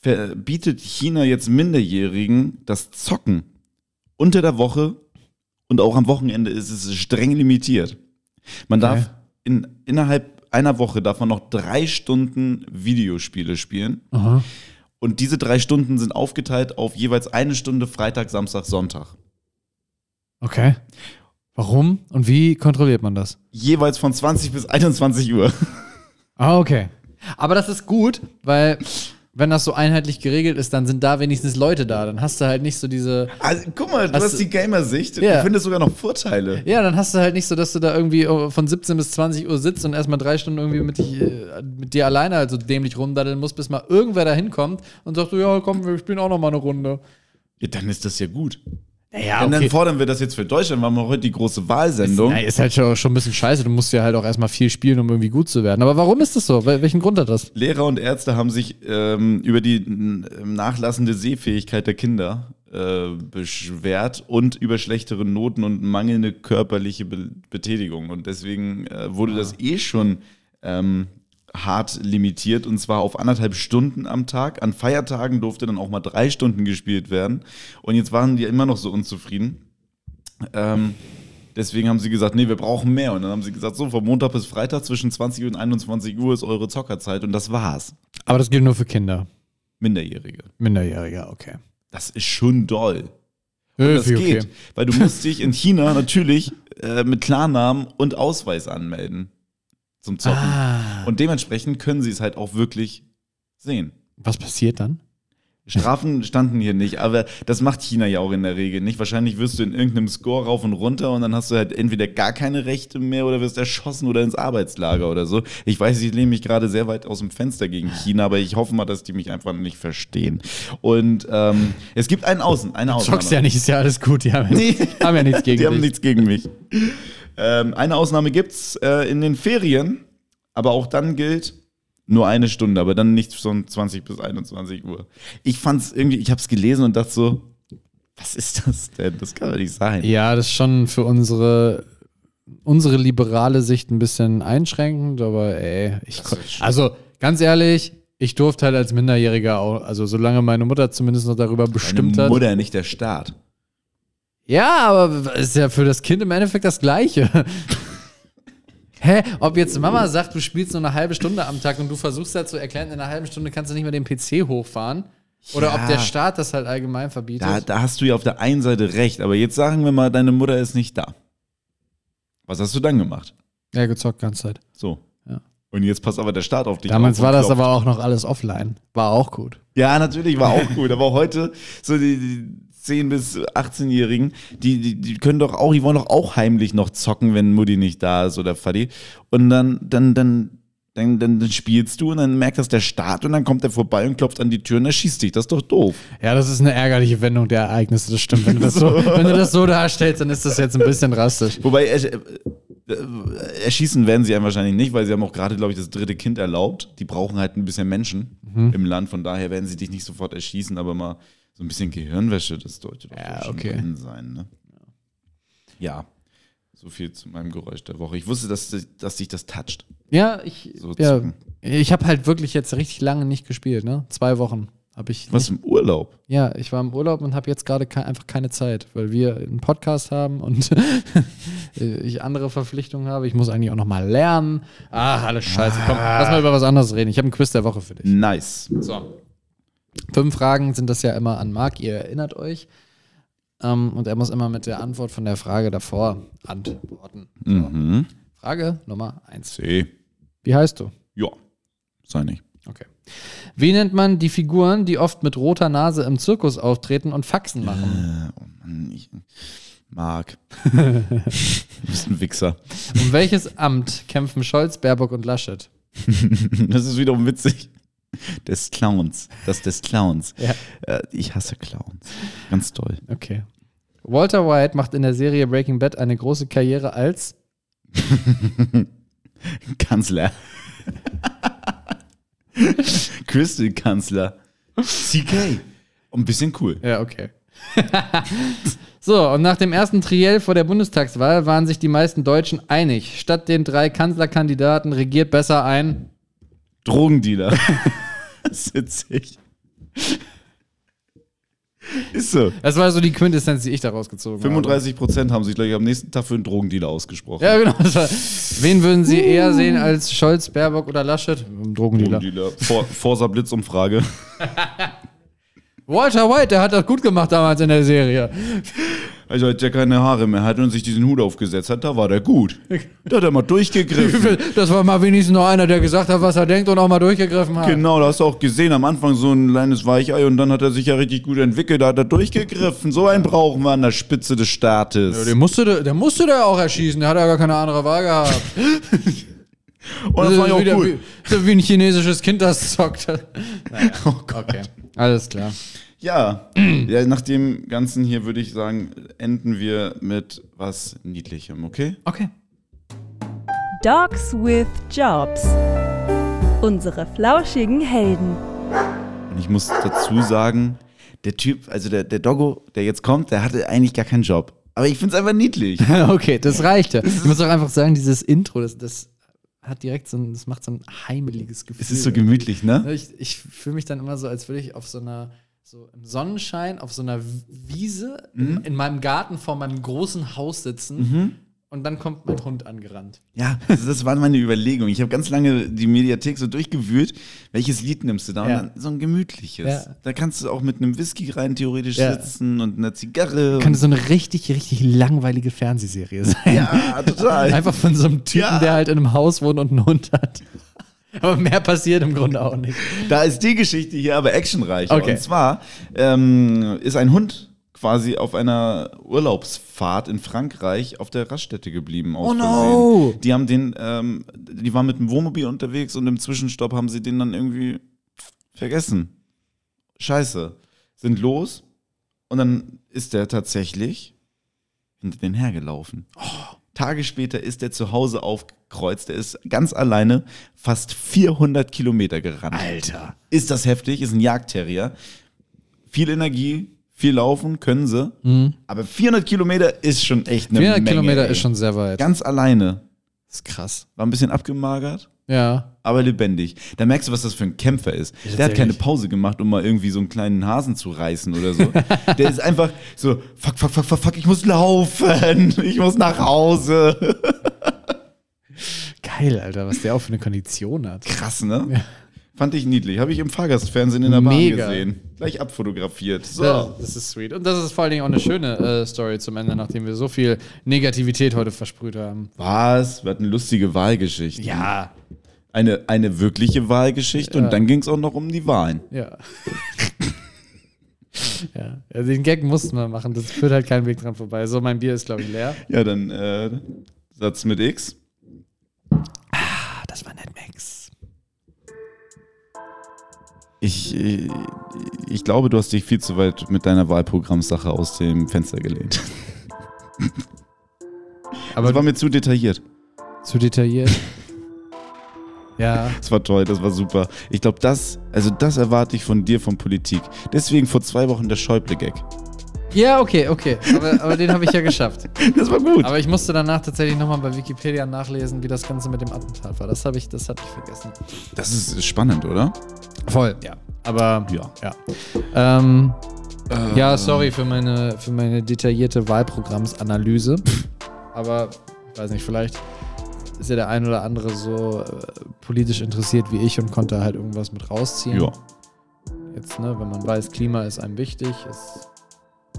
verbietet China jetzt Minderjährigen das Zocken unter der Woche und auch am Wochenende ist es streng limitiert. Man darf
Okay.
in, innerhalb einer Woche darf man noch drei Stunden Videospiele spielen.
Aha.
Und diese drei Stunden sind aufgeteilt auf jeweils eine Stunde Freitag, Samstag, Sonntag.
Okay. Warum und wie kontrolliert man das?
Jeweils von 20 bis 21 Uhr.
Ah, okay. Aber das ist gut, weil wenn das so einheitlich geregelt ist, dann sind da wenigstens Leute da. Dann hast du halt nicht so diese.
Also, guck mal, du
Hast
hast,
du-
die Gamersicht.
Ja.
Du findest sogar noch Vorteile.
Ja, dann hast du halt nicht so, dass du da irgendwie oh, von 17 bis 20 Uhr sitzt und erstmal drei Stunden irgendwie mit, dich, äh, mit dir alleine halt so dämlich rumdaddeln musst, bis mal irgendwer da hinkommt und sagt, so, ja, komm, wir spielen auch noch mal eine Runde.
Ja, dann ist das ja gut.
Naja,
Und dann fordern wir das jetzt für Deutschland. Wir haben heute die große Wahlsendung.
Na, Ah, ist halt schon, schon ein bisschen scheiße. Du musst ja halt auch erstmal viel spielen, um irgendwie gut zu werden. Aber warum ist das so? Wel- Welchen Grund hat das?
Lehrer und Ärzte haben sich ähm, über die n- nachlassende Sehfähigkeit der Kinder äh, beschwert und über schlechtere Noten und mangelnde körperliche Be Betätigung. Und deswegen äh, wurde das eh schon ähm, hart limitiert und zwar auf anderthalb Stunden am Tag. An Feiertagen durfte dann auch mal drei Stunden gespielt werden. Und jetzt waren die immer noch so unzufrieden. Ähm, Deswegen haben sie gesagt, nee, wir brauchen mehr. Und dann haben sie gesagt, so, von Montag bis Freitag zwischen 20 und 21 Uhr ist eure Zockerzeit. Und das war's.
Aber das gilt nur für Kinder.
Minderjährige.
Minderjährige, okay.
Das ist schon doll.
Äh,
Das
wie okay.
geht. Weil du musst dich in China *laughs* natürlich äh, mit Klarnamen und Ausweis anmelden. Zum Zocken.
Ah,
Und dementsprechend können sie es halt auch wirklich sehen.
was passiert dann?
Strafen standen hier nicht, aber das macht China ja auch in der Regel nicht. Wahrscheinlich wirst du in irgendeinem Score rauf und runter und dann hast du halt entweder gar keine Rechte mehr oder wirst erschossen oder ins Arbeitslager oder so. Ich weiß, ich lehne mich gerade sehr weit aus dem Fenster gegen China, aber ich hoffe mal, dass die mich einfach nicht verstehen. Und ähm, es gibt einen Außen, eine Ausnahme.
Zockst ja nicht, ist ja alles gut. Die haben,
Oh, *laughs* Nee.
haben ja nichts gegen
Die haben
dich.
nichts gegen mich. Ähm, eine Ausnahme gibt's äh, in den Ferien, aber auch dann gilt nur eine Stunde, aber dann nicht von 20 bis 21 Uhr. Ich fand's irgendwie, ich hab's gelesen und dachte so, was ist das denn? Das kann doch nicht sein.
Ja, das ist schon für unsere, unsere liberale Sicht ein bisschen einschränkend, aber ey, ich ko-
ist schlimm.
also ganz ehrlich, ich durfte halt als Minderjähriger auch, also solange meine Mutter zumindest noch darüber bestimmt
Deine
hat.
Mutter, nicht der Staat.
Ja, aber ist ja für das Kind im Endeffekt
*laughs*
das Gleiche. Hä, ob jetzt Mama sagt, du spielst nur eine halbe Stunde am Tag und du versuchst halt zu erklären, in einer halben Stunde kannst du nicht mehr den PC hochfahren. Oder ob
Ja.
der Staat das halt allgemein verbietet.
Da, da hast du ja auf der einen Seite recht, aber jetzt sagen wir mal, deine Mutter ist nicht da. Was hast du dann gemacht?
ja, gezockt ganze Zeit.
So.
Ja.
Und jetzt passt aber der Staat auf dich
Damals
auf und
war das
klopft.
aber auch noch alles offline. War auch gut.
Ja, natürlich, war auch gut. Aber heute, so die, die 10- bis 18-Jährigen, die, die, die können doch auch, die wollen doch auch heimlich noch zocken, wenn Mutti nicht da ist oder Fadi. Und dann, dann, dann, dann, dann, dann spielst du und dann merkt das der Staat und dann kommt er vorbei und klopft an die Tür und erschießt dich. Das ist doch doof.
Ja, das ist eine ärgerliche Wendung der Ereignisse, das stimmt. Wenn du das *laughs* so, wenn du das so darstellst, dann ist das jetzt ein bisschen drastisch.
Wobei, ersch- äh, äh, erschießen werden sie ja wahrscheinlich nicht, weil sie haben auch gerade, glaube ich, das dritte Kind erlaubt. Die brauchen halt ein bisschen Menschen im Land. Von daher werden sie dich nicht sofort erschießen, aber mal so ein bisschen Gehirnwäsche, das sollte doch
Ja,
wohl schon
okay.
drin sein. Ne? Ja. so viel zu meinem Geräusch der Woche. Ich wusste, dass, dass dich das toucht.
Ja, ich,
So
ja,
zocken.
ich habe halt wirklich jetzt richtig lange nicht gespielt, ne? Zwei Wochen habe ich.
Was im Urlaub?
Ja, ich war im Urlaub und habe jetzt gerade ke einfach keine Zeit, weil wir einen Podcast haben und *laughs* äh, ich andere Verpflichtungen habe. Ich muss eigentlich auch nochmal lernen. Ach, alles scheiße. Komm, lass mal über was anderes reden. Ich habe einen Quiz der Woche für dich.
Nice.
So. Fünf Fragen sind das ja immer an Marc, ihr erinnert euch. Ähm, und er muss immer mit der Antwort von der Frage davor antworten. So.
Mhm.
Frage Nummer eins.
C.
Wie heißt du?
Ja. Sei nicht.
Okay. Wie nennt man die Figuren, die oft mit roter Nase im Zirkus auftreten und Faxen machen?
Äh, oh Mann, ich. Marc. du bist ein Wichser.
Um welches Amt kämpfen Scholz, Baerbock und Laschet?
*laughs* Das ist wiederum witzig. Des Clowns. Das des Clowns.
Ja.
Äh, ich hasse Clowns. Ganz toll.
Okay. Walter White macht in der Serie Breaking Bad eine große Karriere als.
Kanzler. *laughs* Crystal Kanzler. CK. Ein bisschen cool.
Ja, okay. *laughs* So, und nach dem ersten Triell vor der Bundestagswahl waren sich die meisten Deutschen einig. Statt den drei Kanzlerkandidaten regiert besser ein.
Drogendealer. *laughs* Sitz ich. Ist so.
Das war so die Quintessenz, die ich daraus gezogen habe.
35 Prozent haben sich gleich am nächsten Tag für einen Drogendealer ausgesprochen.
Ja, genau. Das war, wen würden Sie eher sehen als Scholz, Baerbock oder Laschet? Drogendealer.
Drogendealer. Vor, Forsa Blitzumfrage.
Walter White, der hat das gut gemacht damals in der Serie.
Also als er keine Haare mehr hat und sich diesen Hut aufgesetzt hat, da war der gut. Da hat er mal
*laughs*
durchgegriffen.
Das war mal wenigstens noch einer, der gesagt hat, was er denkt und auch mal durchgegriffen hat.
Genau, da hast du auch gesehen, am Anfang so ein kleines Weichei und dann hat er sich ja richtig gut entwickelt, da hat er durchgegriffen. So einen brauchen wir an der Spitze des
Ja,
Staates.
den musste, der- der musste der auch erschießen, der hat ja gar keine andere Wahl gehabt.
*laughs* Und das war ja
wie, der-
auch
wie,
cool.
so wie ein chinesisches Kind, das zockt. *laughs* Oh Naja, okay. Alles klar.
Ja. ja, nach dem Ganzen hier würde ich sagen, enden wir mit was Niedlichem, okay?
Okay.
Dogs with Jobs. Unsere flauschigen Helden.
Und ich muss dazu sagen, der Typ, also der, der Doggo, der jetzt kommt, der hatte eigentlich gar keinen Job. Aber ich finde es einfach
*laughs*
niedlich.
*laughs* Okay, das reichte. Ich muss auch einfach sagen, dieses Intro, das, das hat direkt so ein, das macht so ein heimeliges Gefühl.
Es ist so gemütlich, ne?
Ich, ich fühle mich dann immer so, als würde ich auf so einer, so im Sonnenschein, auf so einer Wiese
Mhm.
in, in meinem Garten vor meinem großen Haus sitzen und dann kommt mein Hund angerannt.
Ja, also das waren meine Überlegungen. Ich habe ganz lange die Mediathek so durchgewühlt. Welches Lied nimmst du da?
Ja.
Und dann so ein gemütliches.
Ja.
Da kannst du auch mit einem Whisky rein theoretisch
Ja.
sitzen und einer Zigarre.
Könnte so eine richtig, richtig langweilige Fernsehserie sein.
ja, total.
*laughs* Einfach von so einem Typen,
Ja.
der halt in einem Haus wohnt und einen Hund hat. Aber mehr passiert im Grunde auch nicht.
Da ist die Geschichte hier aber actionreicher.
Okay.
Und zwar ähm, ist ein Hund quasi auf einer Urlaubsfahrt in Frankreich auf der Raststätte geblieben. aus
Oh no!
Versehen. Die haben den, ähm, die waren mit dem Wohnmobil unterwegs und im Zwischenstopp haben sie den dann irgendwie vergessen. Scheiße. Sind los und dann ist der tatsächlich hinter den hergelaufen. Tage später ist er zu Hause aufgekreuzt. Er ist ganz alleine fast 400 Kilometer gerannt.
Alter.
Ist das heftig? Ist ein Jagdterrier. Viel Energie, viel Laufen können sie. Aber 400 Kilometer ist schon echt eine
400
Menge.
Mhm. Kilometer
ey.
ist schon sehr weit.
Ganz alleine.
Das ist krass.
War ein bisschen abgemagert,
Ja.
aber lebendig. Da merkst du, was das für ein Kämpfer ist. Der hat keine Pause gemacht, um mal irgendwie so einen kleinen Hasen zu reißen oder so. *laughs* Der ist einfach so, fuck, fuck, fuck, fuck, fuck, ich muss laufen. *laughs* Ich muss nach Hause.
Geil, Alter, was der auch für eine Kondition hat.
Krass, ne? Fand ich niedlich. Habe ich im Fahrgastfernsehen in der Bahn
Mega.
gesehen. Gleich abfotografiert. So.
Das, das ist sweet. Und das ist vor allen Dingen auch eine schöne äh, Story zum Ende, nachdem wir so viel Negativität heute versprüht haben.
Was? Wir hatten lustige Wahlgeschichten.
Ja.
Eine, eine wirkliche Wahlgeschichte und dann ging es auch noch um die Wahlen.
Ja. ja. Also den Gag mussten wir machen. Das führt halt keinen Weg dran vorbei. So, mein Bier ist, glaube ich, leer.
Ja, dann äh, Satz mit X.
Ah, das war Netmax.
Ich, äh, ich glaube, du hast dich viel zu weit mit deiner Wahlprogrammsache aus dem Fenster gelehnt.
Aber
Das war mir zu detailliert.
zu detailliert. ja.
Das war toll, das war super. Ich glaube, das, also das erwarte ich von dir, von Politik. Deswegen vor zwei Wochen der Schäuble-Gag. *laughs*
Ja, okay, okay. Aber, aber den habe ich ja geschafft.
Das war gut.
Aber ich musste danach tatsächlich nochmal bei Wikipedia nachlesen, wie das Ganze mit dem Attentat war. Das habe ich, das hatte ich vergessen.
Das ist spannend, oder?
Voll, ja. Aber
Ja.
ja. Ähm, ja, sorry für meine, für meine detaillierte Wahlprogrammsanalyse. Aber ich weiß nicht, vielleicht ist ja der ein oder andere so äh, politisch interessiert wie ich und konnte halt irgendwas mit rausziehen.
Ja.
Jetzt, ne, wenn man weiß, Klima ist einem wichtig, ist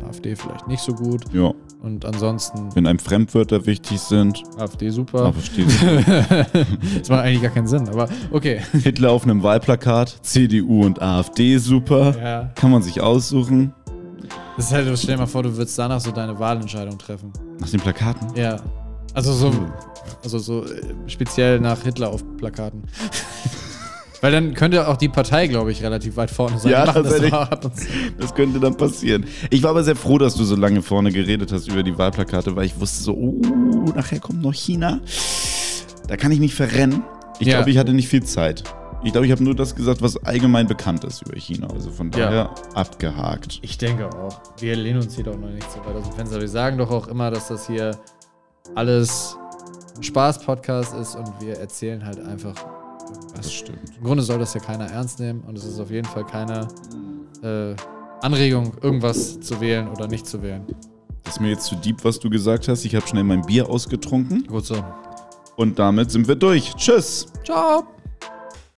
AfD vielleicht nicht so gut.
Ja.
Und ansonsten
Wenn einem Fremdwörter wichtig sind,
AfD super.
aber steht
*laughs* das macht eigentlich gar keinen Sinn, aber okay.
Hitler auf einem Wahlplakat, CDU und AfD super.
Ja.
Kann man sich aussuchen.
Das ist halt, stell dir mal vor, du würdest danach so deine Wahlentscheidung treffen.
Nach den Plakaten?
Ja. Also so,
Hm.
also so äh, speziell nach Hitler auf Plakaten. *laughs* Weil dann könnte auch die Partei, glaube ich, relativ weit vorne sein.
Ja,
Die machen
tatsächlich.
doch ab und zu.
Das könnte dann passieren. Ich war aber sehr froh, dass du so lange vorne geredet hast über die Wahlplakate, weil ich wusste so, oh, nachher kommt noch China. Da kann ich mich verrennen. Ich
Ja.
glaube, ich hatte nicht viel Zeit. Ich glaube, ich habe nur das gesagt, was allgemein bekannt ist über China. Also von
Ja.
daher abgehakt.
Ich denke auch. Wir lehnen uns hier doch noch nicht so weit aus dem Fenster. Wir sagen doch auch immer, dass das hier alles ein Spaß-Podcast ist und wir erzählen halt einfach
Das
irgendwas.
stimmt.
Im Grunde soll das ja keiner ernst nehmen und es ist auf jeden Fall keine äh, Anregung, irgendwas zu wählen oder nicht zu wählen.
Das ist mir jetzt zu deep, was du gesagt hast. Ich habe schnell mein Bier ausgetrunken.
Gut so.
Und damit sind wir durch. Tschüss.
Ciao!